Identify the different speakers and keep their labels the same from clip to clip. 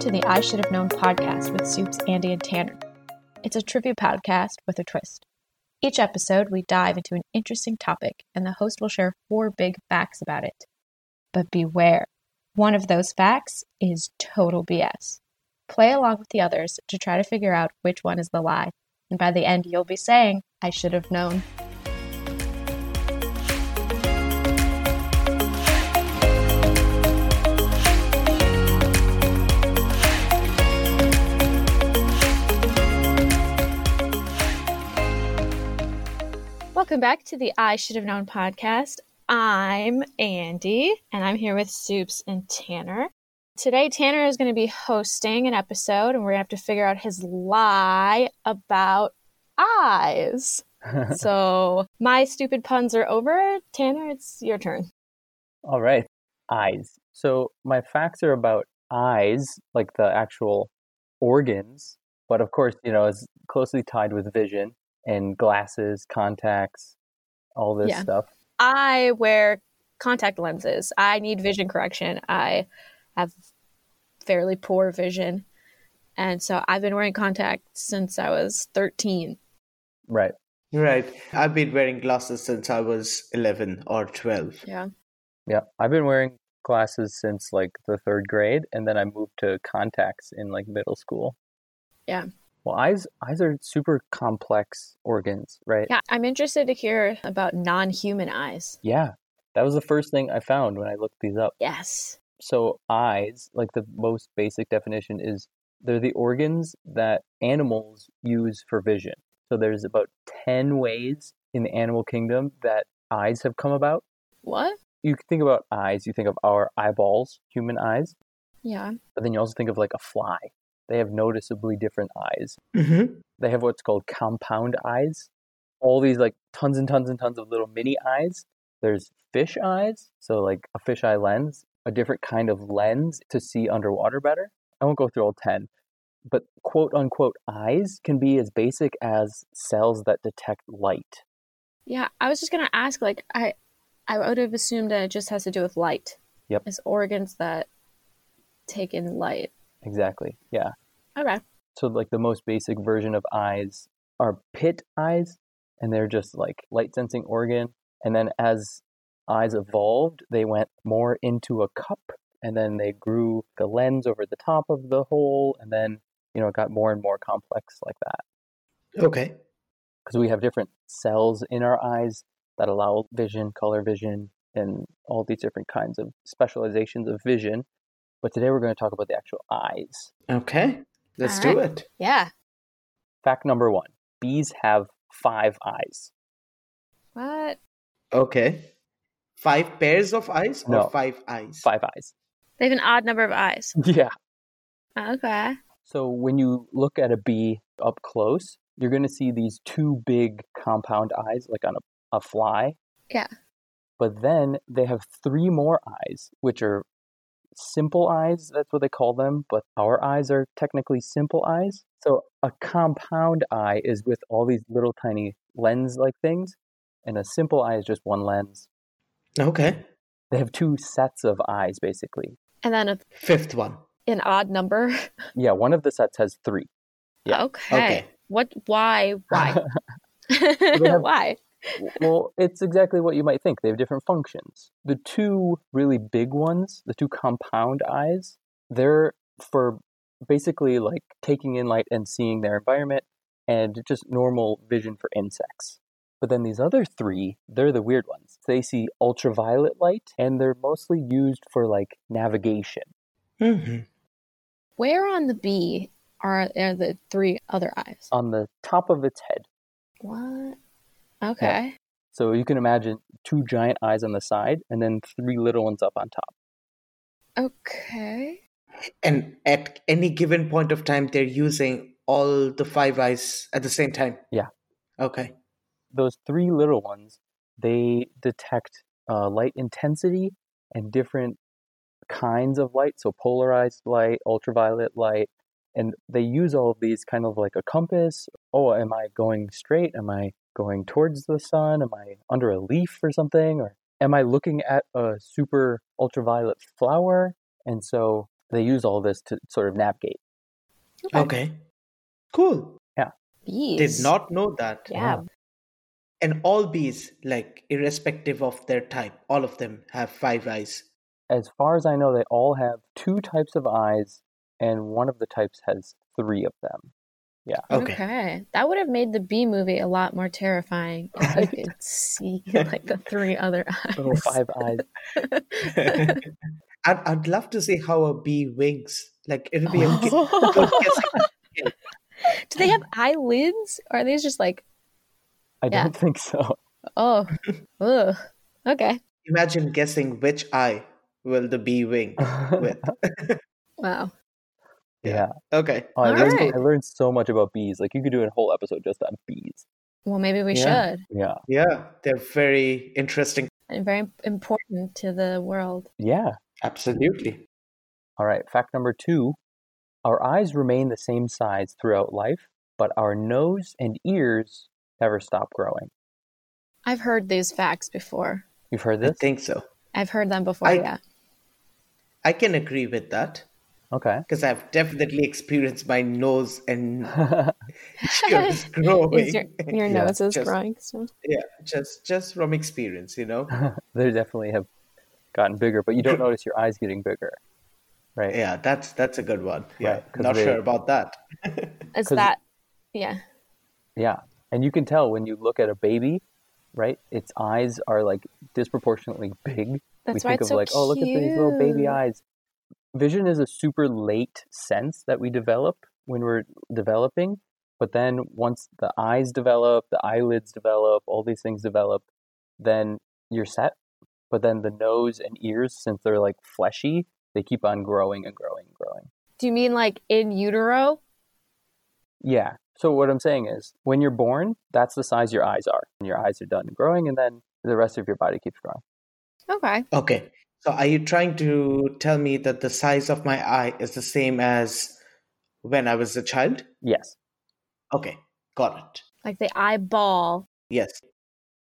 Speaker 1: to the I Should Have Known podcast with Soups, Andy, and Tanner. It's a trivia podcast with a twist. Each episode, we dive into an interesting topic, and the host will share four big facts about it. But beware, one of those facts is total BS. Play along with the others to try to figure out which one is the lie, and by the end, you'll be saying, I should have known. Welcome back to the I Should Have Known podcast. I'm Andy, and I'm here with Soups and Tanner. Today, Tanner is going to be hosting an episode, and we're going to have to figure out his lie about eyes. so, my stupid puns are over. Tanner, it's your turn.
Speaker 2: All right. Eyes. So my facts are about eyes, like the actual organs, but of course, you know, is closely tied with vision and glasses, contacts, all this
Speaker 1: Yeah.
Speaker 2: stuff.
Speaker 1: I wear contact lenses. I need vision correction. I have fairly poor vision. And so I've been wearing contacts since I was 13.
Speaker 2: Right.
Speaker 3: Right. I've been wearing glasses since I was 11 or 12.
Speaker 1: Yeah.
Speaker 2: Yeah. I've been wearing glasses since like the third grade and then I moved to contacts in like middle school.
Speaker 1: Yeah.
Speaker 2: Well eyes eyes are super complex organs, right?
Speaker 1: Yeah. I'm interested to hear about non human eyes.
Speaker 2: yeah. That was the first thing I found when I looked these up.
Speaker 1: Yes.
Speaker 2: so eyes like the most basic definition is they're the organs that animals use for vision so there's about 10 ways in the animal kingdom that eyes have come about
Speaker 1: What?
Speaker 2: you think about eyes you think of our eyeballs human eyes
Speaker 1: Yeah.
Speaker 2: but then you also think of like a fly they have noticeably different eyes
Speaker 3: Mm-hmm.
Speaker 2: they have what's called compound eyes all these like tons and tons and tons of little mini eyes there's fish eyes so like a fish eye lens a different kind of lens to see underwater better i won't go through all 10 but quote unquote eyes can be as basic as cells that detect light
Speaker 1: Yeah. I was just going to ask like, I, I would have assumed that it just has to do with light.
Speaker 2: Yep.
Speaker 1: It's organs that take in light.
Speaker 2: exactly yeah
Speaker 1: Okay.
Speaker 2: so like the most basic version of eyes are pit eyes and they're just like light sensing organ and then as eyes evolved they went more into a cup and then they grew the lens over the top of the hole and then you know it got more and more complex like that
Speaker 3: Okay.
Speaker 2: because we have different cells in our eyes that allow vision color vision and all these different kinds of specializations of vision but today we're going to talk about the actual eyes
Speaker 3: Okay. Let's
Speaker 1: All
Speaker 3: do it.
Speaker 1: Yeah.
Speaker 2: fact number one bees have five eyes
Speaker 1: What?
Speaker 3: Okay. Five pairs of eyes or
Speaker 2: No.
Speaker 3: five eyes?
Speaker 2: five eyes.
Speaker 1: They have an odd number of eyes.
Speaker 2: Yeah.
Speaker 1: Okay.
Speaker 2: So when you look at a bee up close, you're going to see these two big compound eyes, like on a, a fly.
Speaker 1: Yeah.
Speaker 2: But then they have three more eyes, which are simple eyes. That's what they call them. But our eyes are technically simple eyes. So a compound eye is with all these little tiny lens like things, and a simple eye is just one lens.
Speaker 3: Okay.
Speaker 2: They have two sets of eyes, basically.
Speaker 1: And then a,
Speaker 3: Fifth one.
Speaker 1: an odd number.
Speaker 2: Yeah, one of the sets has three. Yeah.
Speaker 1: Okay.
Speaker 3: Okay.
Speaker 1: What? Why? Why?
Speaker 2: have-
Speaker 1: why?
Speaker 2: well, it's exactly what you might think. They have different functions. The two really big ones, the two compound eyes, they're for basically like taking in light and seeing their environment and just normal vision for insects. But then these other three, they're the weird ones. They see ultraviolet light and they're mostly used for like navigation.
Speaker 3: Mm-hmm.
Speaker 1: Where on the bee are, are the three other eyes?
Speaker 2: On the top of its head,
Speaker 1: What? Okay.
Speaker 2: So you can imagine two giant eyes on the side and then three little ones up on top.
Speaker 1: Okay.
Speaker 3: And at any given point of time, they're using all the five eyes at the same time.
Speaker 2: Yeah.
Speaker 3: Okay.
Speaker 2: Those three little ones, they detect uh, light intensity and different kinds of light, so polarized light, ultraviolet light, and they use all of these kind of like a compass. Oh, am I going straight? Am I going towards the sun? Am I under a leaf or something? Or am I looking at a super ultraviolet flower? And so they use all this to sort of navigate.
Speaker 1: Okay.
Speaker 3: Okay. Cool.
Speaker 1: Bees.
Speaker 3: Did not know that.
Speaker 1: Yeah.
Speaker 3: And all bees, like irrespective of their type, all of them have five eyes.
Speaker 2: As far as I know, they all have two types of eyes, and one of the types has three of them.
Speaker 3: Oh, Okay.
Speaker 1: That would have made the bee movie a lot more terrifying if you could see like the three other eyes.
Speaker 3: Oh,
Speaker 2: Little five eyes.
Speaker 3: I'd, I'd love to see how a bee wings. Like it'll be a g- good
Speaker 1: Do
Speaker 3: guessing.
Speaker 1: they have eyelids? Or are these just like,
Speaker 2: I
Speaker 1: Yeah.
Speaker 2: don't think so.
Speaker 1: oh, ugh. okay.
Speaker 3: Imagine guessing which eye will the bee wing with.
Speaker 1: Wow.
Speaker 2: yeah.
Speaker 3: Okay.
Speaker 2: Oh, I,
Speaker 1: All
Speaker 2: learned,
Speaker 1: right.
Speaker 2: I learned so much about bees. Like you could do a whole episode just on bees.
Speaker 1: Well, maybe we
Speaker 3: Yeah.
Speaker 1: should.
Speaker 2: Yeah.
Speaker 3: Yeah. They're very interesting.
Speaker 1: And very important to the world.
Speaker 2: Yeah.
Speaker 3: Absolutely.
Speaker 2: All right. Fact number two our eyes remain the same size throughout life, but our nose and ears never stop growing.
Speaker 1: I've heard these facts before.
Speaker 2: You've heard
Speaker 3: I
Speaker 2: this?
Speaker 3: think so.
Speaker 1: I've heard them before,
Speaker 3: I-
Speaker 1: yeah.
Speaker 3: I can agree with that
Speaker 2: Okay.
Speaker 3: because I've definitely experienced my nose and ears
Speaker 1: Is
Speaker 3: growing.
Speaker 1: your, your
Speaker 2: Yeah,
Speaker 1: nose is
Speaker 3: just-
Speaker 1: growing. So.
Speaker 3: yeah, just just from experience, you know.
Speaker 2: they definitely have gotten bigger, but you don't notice your eyes getting bigger, right?
Speaker 3: Yeah, that's that's a good one. Yeah,
Speaker 2: Right, 'cause
Speaker 3: not
Speaker 2: they-
Speaker 3: sure about that.
Speaker 1: It's
Speaker 2: 'Cause-
Speaker 1: that, yeah.
Speaker 2: Yeah. And you can tell when you look at a baby, right? Its eyes are like disproportionately big. we
Speaker 1: That's why
Speaker 2: think
Speaker 1: it's
Speaker 2: of
Speaker 1: so
Speaker 2: like, oh, look at these little baby
Speaker 1: cute.
Speaker 2: eyes. Vision is a super late sense that we develop when we're developing. But then once the eyes develop, the eyelids develop, all these things develop, then you're set. But then the nose and ears, since they're like fleshy, they keep on growing and growing and growing.
Speaker 1: Do you mean like in utero?
Speaker 2: Yeah. So what I'm saying is, when you're born, that's the size your eyes are. And your eyes are done growing, and then the rest of your body keeps growing.
Speaker 1: Okay.
Speaker 3: Okay, so are you trying to tell me that the size of my eye is the same as when I was a child?
Speaker 2: Yes.
Speaker 3: Okay, got it.
Speaker 1: Like the eyeball.
Speaker 3: Yes.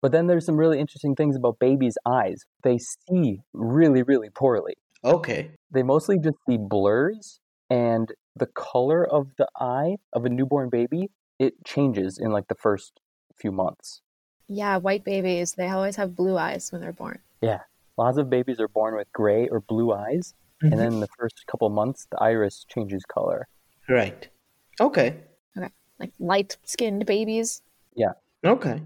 Speaker 2: But then there's some really interesting things about babies' eyes. They see really, really poorly.
Speaker 3: Okay.
Speaker 2: They mostly just see blurs, and the color of the eye of a newborn baby it changes in like the first few months.
Speaker 1: Yeah, white babies, they always have blue eyes when they're born.
Speaker 2: Lots of babies are born with gray or blue eyes, and then the first couple months the iris changes color.
Speaker 3: Right. Okay.
Speaker 1: Like light skinned babies,
Speaker 3: Okay.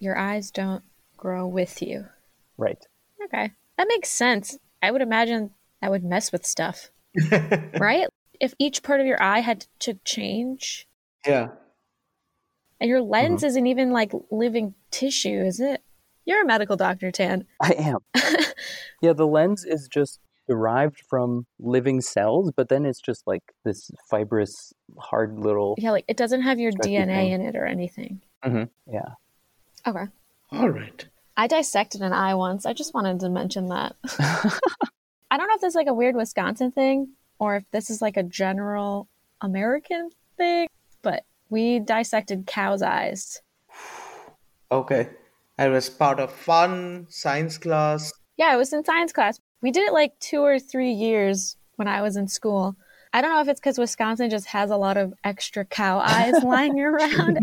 Speaker 1: your eyes don't grow with you.
Speaker 2: Right.
Speaker 1: Okay. That makes sense. I would imagine that would mess with stuff, right? If each part of your eye had to change,
Speaker 3: yeah.
Speaker 1: and your lens isn't even like living tissue, is it? You're a medical doctor, Tan.
Speaker 2: I am. yeah, the lens is just derived from living cells, but then it's just like this fibrous, hard little.
Speaker 1: Yeah, like it doesn't have your
Speaker 2: Stretchy
Speaker 1: DNA
Speaker 2: thing. Mm-hmm.
Speaker 1: in it or anything.
Speaker 2: Yeah.
Speaker 1: Okay.
Speaker 3: All right.
Speaker 1: I dissected an eye once. I just wanted to mention that. I don't know if this is like a weird Wisconsin thing or if this is like a general American thing, but we dissected cows' eyes.
Speaker 3: Okay. I was part of fun science class.
Speaker 1: Yeah, it was in science class. We did it like two or three years when I was in school. I don't know if it's because Wisconsin just has a lot of extra cow eyes lying around.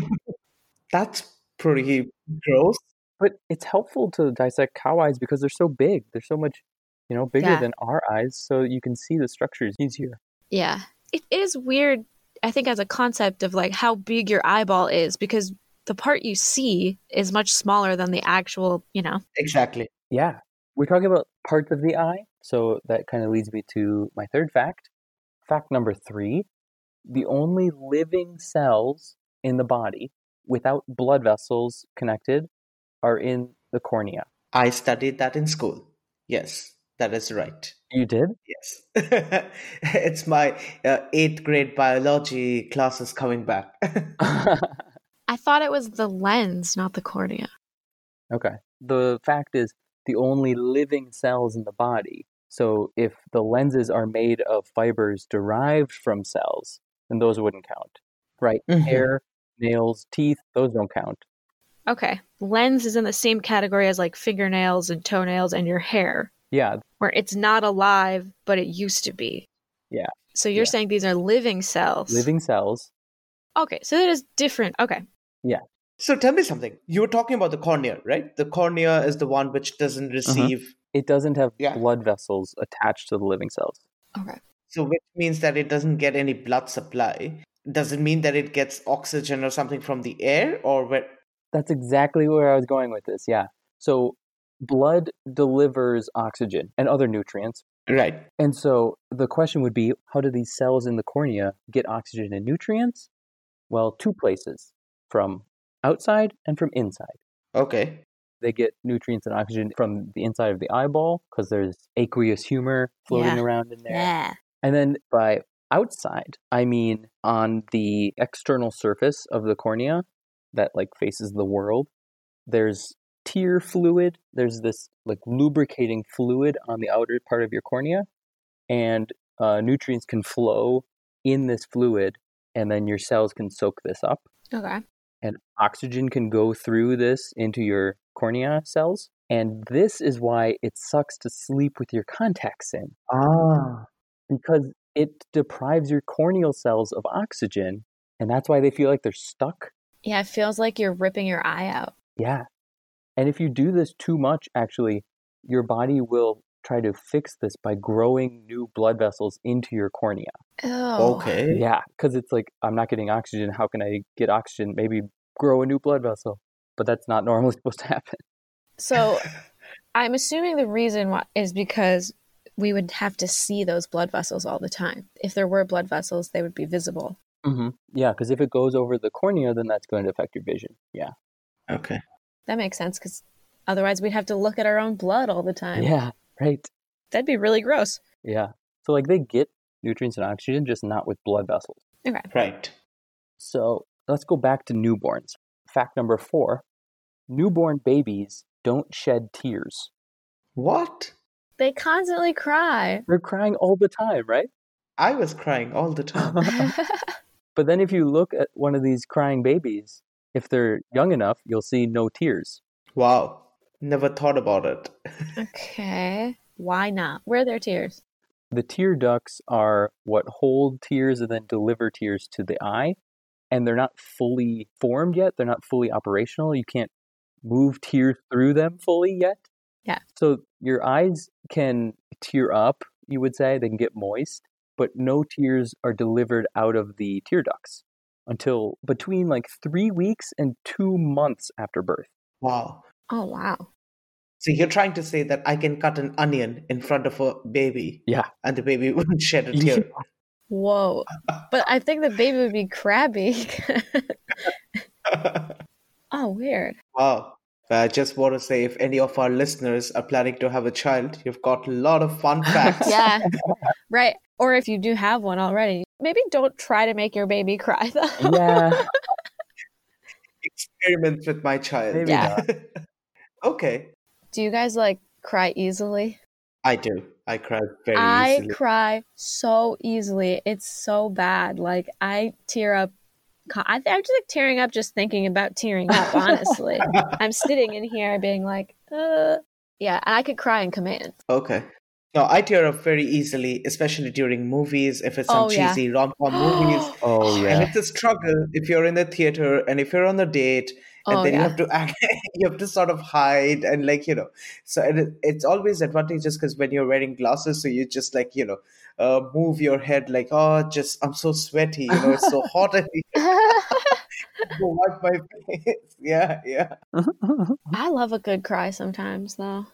Speaker 3: That's pretty gross.
Speaker 2: But it's helpful to dissect cow eyes because they're so big. They're so much, you know, bigger
Speaker 1: Yeah.
Speaker 2: than our eyes, so you can see the structures easier.
Speaker 1: Yeah. It is weird, I think, as a concept of like how big your eyeball is because the part you see is much smaller than the actual, you know.
Speaker 3: Exactly.
Speaker 2: Yeah. We're talking about parts of the eye, so that kind of leads me to my third fact. Fact number three the only living cells in the body without blood vessels connected are in the cornea.
Speaker 3: I studied that in school. Yes, that is right.
Speaker 2: You did?
Speaker 3: Yes. it's my uh, eighth grade biology classes coming back.
Speaker 1: I thought it was the lens, not the cornea.
Speaker 2: Okay. The fact is, the only living cells in the body. So if the lenses are made of fibers derived from cells, then those wouldn't count, right?
Speaker 3: Mhm.
Speaker 2: Hair, nails, teeth, those don't count.
Speaker 1: Okay. Lens is in the same category as like fingernails and toenails and your hair,
Speaker 2: Yeah,
Speaker 1: where it's not alive, but it used to be.
Speaker 2: Yeah.
Speaker 1: So you're
Speaker 2: Yeah.
Speaker 1: saying these are living cells?
Speaker 2: Living cells.
Speaker 1: Okay, so that is different. Okay.
Speaker 3: So tell me something. You were talking about the cornea, right? The cornea is the one which doesn't receive.
Speaker 2: It doesn't have
Speaker 3: Yeah.
Speaker 2: blood vessels attached to the living cells.
Speaker 1: Okay.
Speaker 3: So which means that it doesn't get any blood supply. Does it mean that it gets oxygen or something from the air or where
Speaker 2: That's exactly where I was going with this. Yeah. So blood delivers oxygen and other nutrients.
Speaker 3: Right.
Speaker 2: And so the question would be how do these cells in the cornea get oxygen and nutrients? Well, two places from outside and from inside.
Speaker 3: Okay.
Speaker 2: They get nutrients and oxygen from the inside of the eyeball because there's aqueous humor floating
Speaker 1: Yeah.
Speaker 2: around in there.
Speaker 1: Yeah.
Speaker 2: And then by outside, I mean on the external surface of the cornea that like faces the world. There's tear fluid, there's this like lubricating fluid on the outer part of your cornea, and uh, nutrients can flow in this fluid, and then your cells can soak this up.
Speaker 1: Okay.
Speaker 2: And oxygen can go through this into your cornea cells. And this is why it sucks to sleep with your contacts in
Speaker 3: Ah.
Speaker 2: because it deprives your corneal cells of oxygen and that's why they feel like they're stuck
Speaker 1: Yeah, it feels like you're ripping your eye out.
Speaker 2: yeah and if you do this too much actually your body will try to fix this by growing new blood vessels into your cornea
Speaker 1: Oh.
Speaker 3: Okay.
Speaker 2: yeah because it's like i'm not getting oxygen how can i get oxygen maybe grow a new blood vessel but that's not normally supposed to happen
Speaker 1: So I'm assuming the reason why is because we would have to see those blood vessels all the time. If there were blood vessels, they would be visible.
Speaker 2: mm-hmm. yeah because if it goes over the cornea then that's going to affect your vision yeah
Speaker 3: Okay.
Speaker 1: That makes sense because otherwise we'd have to look at our own blood all the time.
Speaker 2: yeah right
Speaker 1: That'd be really gross.
Speaker 2: yeah so like they get nutrients and oxygen just not with blood vessels
Speaker 1: Okay.
Speaker 3: Right.
Speaker 2: So let's go back to newborns. Fact number four newborn babies don't shed tears.
Speaker 3: What?
Speaker 1: They constantly cry.
Speaker 2: They're crying all the time, right?
Speaker 3: I was crying all the time.
Speaker 1: oh,
Speaker 2: But then if you look at one of these crying babies, if they're young enough, you'll see no tears.
Speaker 3: wow. Never thought about it.
Speaker 1: okay. Why not? Where are their tears?
Speaker 2: The tear ducts are what hold tears and then deliver tears to the eye, and they're not fully formed yet. They're not fully operational. You can't move tears through them fully yet.
Speaker 1: Yeah.
Speaker 2: So your eyes can tear up, you would say, they can get moist, but no tears are delivered out of the tear ducts until between like three weeks and two months after birth.
Speaker 3: Wow.
Speaker 1: Oh, wow.
Speaker 3: So you're trying to say that I can cut an onion in front of a baby
Speaker 2: Yeah.
Speaker 3: and the baby wouldn't shed a tear.
Speaker 1: Whoa. But I think the baby would be crabby. oh, weird.
Speaker 3: Wow. I just want to say if any of our listeners are planning to have a child, you've got a lot of fun facts.
Speaker 1: Yeah. right. Or if you do have one already, maybe don't try to make your baby cry,
Speaker 3: Mm-hmm.
Speaker 1: though.
Speaker 2: Yeah.
Speaker 3: Experiments with my child.
Speaker 2: Maybe
Speaker 1: Yeah.
Speaker 2: not.
Speaker 3: Okay.
Speaker 1: Do you guys like cry easily?
Speaker 3: I do. I cry very
Speaker 1: I
Speaker 3: easily.
Speaker 1: cry so easily. It's so bad. Like, I tear up. co- I th- I'm just like tearing up just thinking about tearing up, honestly. I'm sitting in here being like, uh. Yeah, and I could cry in command.
Speaker 3: Okay. No, I tear up very easily, especially during movies, if it's some
Speaker 1: Oh, yeah.
Speaker 3: cheesy rom com movies.
Speaker 2: Oh,
Speaker 3: And
Speaker 2: yeah.
Speaker 3: it's a struggle if you're in a theater and if you're on a date and
Speaker 1: Oh,
Speaker 3: then you
Speaker 1: yeah.
Speaker 3: have to act, you have to sort of hide and like you know. So and it, it's always advantageous because when you're wearing glasses, so you just like you know, uh, move your head like oh, just I'm so sweaty, you know, it's so hot and wipe my face. Yeah, yeah.
Speaker 1: I love a good cry sometimes, though.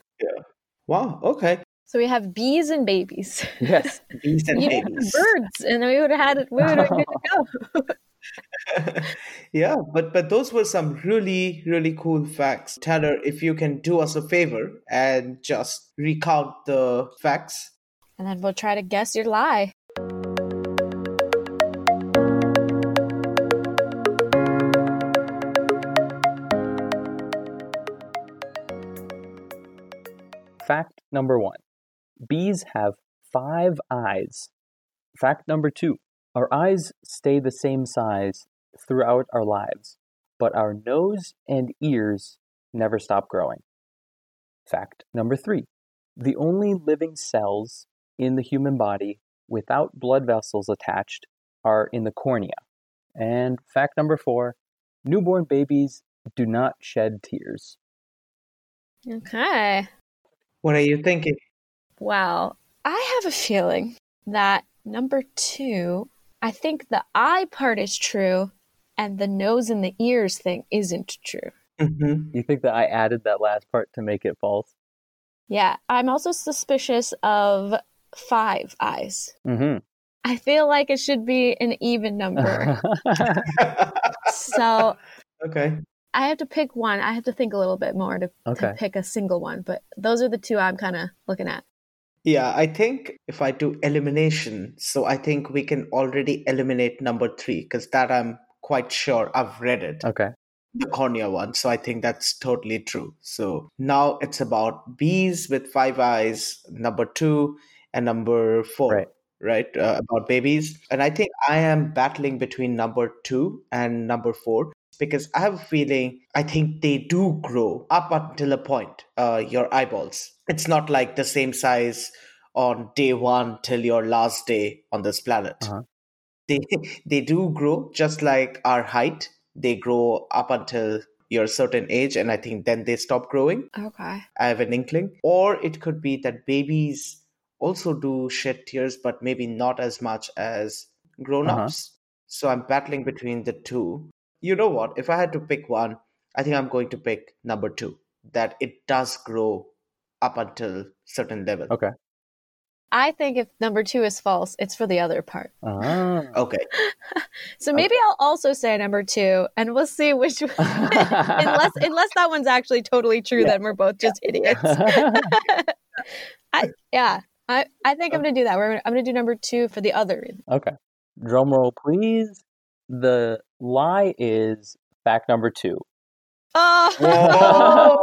Speaker 3: Wow. Okay.
Speaker 1: So we have bees and babies,
Speaker 2: yes.
Speaker 3: Bees and
Speaker 1: You know,
Speaker 3: babies.
Speaker 1: birds, and then we would have had it. We would have been good to go.
Speaker 3: yeah, but but those were some really really cool facts. Tyler, if you can do us a favor and just recount the facts.
Speaker 1: And then we'll try to guess your lie.
Speaker 2: Fact number one bees have five eyes. Fact number two our eyes stay the same size throughout our lives, but our nose and ears never stop growing. Fact number three the only living cells in the human body without blood vessels attached are in the cornea. And fact number four newborn babies do not shed tears.
Speaker 1: Okay.
Speaker 3: What are you thinking?
Speaker 1: Wow. I have a feeling that number two, I think the eye part is true and the nose and the ears thing isn't true.
Speaker 3: Mm-hmm.
Speaker 2: You think that I added that last part to make it false?
Speaker 1: Yeah. I'm also suspicious of five eyes.
Speaker 2: Mm
Speaker 1: I feel like it should be an even number.
Speaker 2: hmm.
Speaker 1: so
Speaker 3: okay.
Speaker 1: I have to pick one. I have to think a little bit more to,
Speaker 2: Okay.
Speaker 1: to pick a single one, but those are the two I'm kind of looking at.
Speaker 3: Yeah, I think if I do elimination, so I think we can already eliminate number three because that I'm quite sure I've read it,
Speaker 2: okay.
Speaker 3: the cornea one. So I think that's totally true. So now it's about bees with five eyes, number two, and number four.
Speaker 2: Right.
Speaker 3: Right uh, about babies, and I think I am battling between number two and number four because I have a feeling I think they do grow up until a point. Uh, your eyeballs. It's not like the same size on day one till your last day on this planet.
Speaker 2: Uh-huh.
Speaker 3: They they do grow just like our height. They grow up until your certain age, and I think then they stop growing.
Speaker 1: Okay.
Speaker 3: I have an inkling, or it could be that babies also do shed tears, but maybe not as much as grown
Speaker 2: Uh-huh.
Speaker 3: ups. So I'm battling between the two. You know what? If I had to pick one, I think I'm going to pick number two. That it does grow up until certain level.
Speaker 2: Okay.
Speaker 1: I think if number two is false, it's for the other part.
Speaker 2: Ah.
Speaker 3: Okay.
Speaker 1: So
Speaker 2: Oh.
Speaker 1: maybe I'll also say number two, and we'll see which. unless unless that one's actually totally true,
Speaker 2: Yeah.
Speaker 1: then we're both just idiots. I yeah. I, I think I'm
Speaker 2: Oh.
Speaker 1: gonna do that. We're gonna, I'm gonna do number two for the other.
Speaker 2: okay. Drum roll, please. The lie is fact number two.
Speaker 1: Oh,
Speaker 2: Whoa.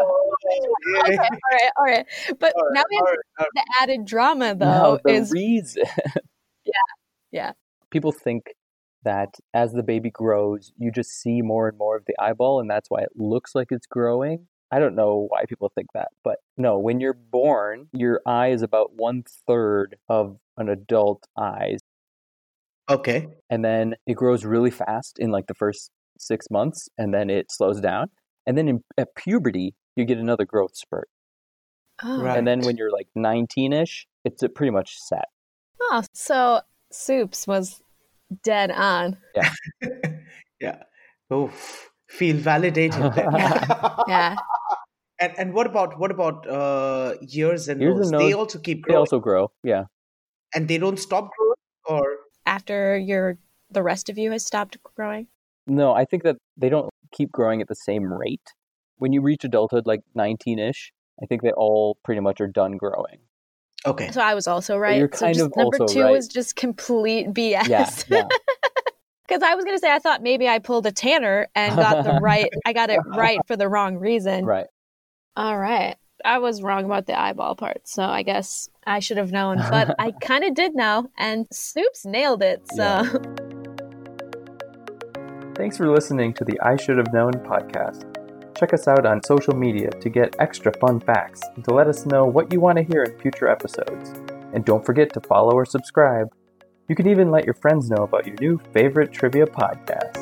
Speaker 1: okay, all right, all right. But
Speaker 3: All right,
Speaker 1: now we have
Speaker 3: all right, all
Speaker 1: the added drama though.
Speaker 2: no, the
Speaker 1: is
Speaker 2: reason.
Speaker 1: Yeah, yeah.
Speaker 2: People think that as the baby grows, you just see more and more of the eyeball, and that's why it looks like it's growing. I don't know why people think that, but no, when you're born, your eye is about one third of an adult eye.
Speaker 3: Okay.
Speaker 2: and then it grows really fast in like the first six months and then it slows down and then in, at puberty you get another growth spurt
Speaker 1: oh,
Speaker 3: Right.
Speaker 2: and then when you're like 19ish it's uh, pretty much set
Speaker 1: oh, so Soups was dead on.
Speaker 3: Yeah. Oof. Feel validated then.
Speaker 1: Yeah.
Speaker 3: And and what about what about uh ears and
Speaker 2: Ears
Speaker 3: nose?
Speaker 2: and
Speaker 3: They
Speaker 2: nose,
Speaker 3: also keep
Speaker 2: they
Speaker 3: growing
Speaker 2: also grow yeah
Speaker 3: and they don't stop growing or
Speaker 1: After your the rest of you has stopped growing.
Speaker 2: no i think that they don't keep growing at the same rate when you reach adulthood like 19ish i think they all pretty much are done growing
Speaker 3: okay.
Speaker 1: So I was also right.
Speaker 2: you're
Speaker 1: so
Speaker 2: kind
Speaker 1: just
Speaker 2: of
Speaker 1: number
Speaker 2: also
Speaker 1: two
Speaker 2: right.
Speaker 1: was just complete BS.
Speaker 2: yeah yeah
Speaker 1: Because I was gonna say I thought maybe I pulled a Tanner and got the right. I got it right for the wrong reason.
Speaker 2: right
Speaker 1: All right. I was wrong about the eyeball part, so I guess I should have known. But I kind of did know, and Snoops nailed it. So
Speaker 2: Yeah. Thanks for listening to the I Should Have Known podcast. Check us out on social media to get extra fun facts and to let us know what you want to hear in future episodes. And don't forget to follow or subscribe. You can even let your friends know about your new favorite trivia podcast.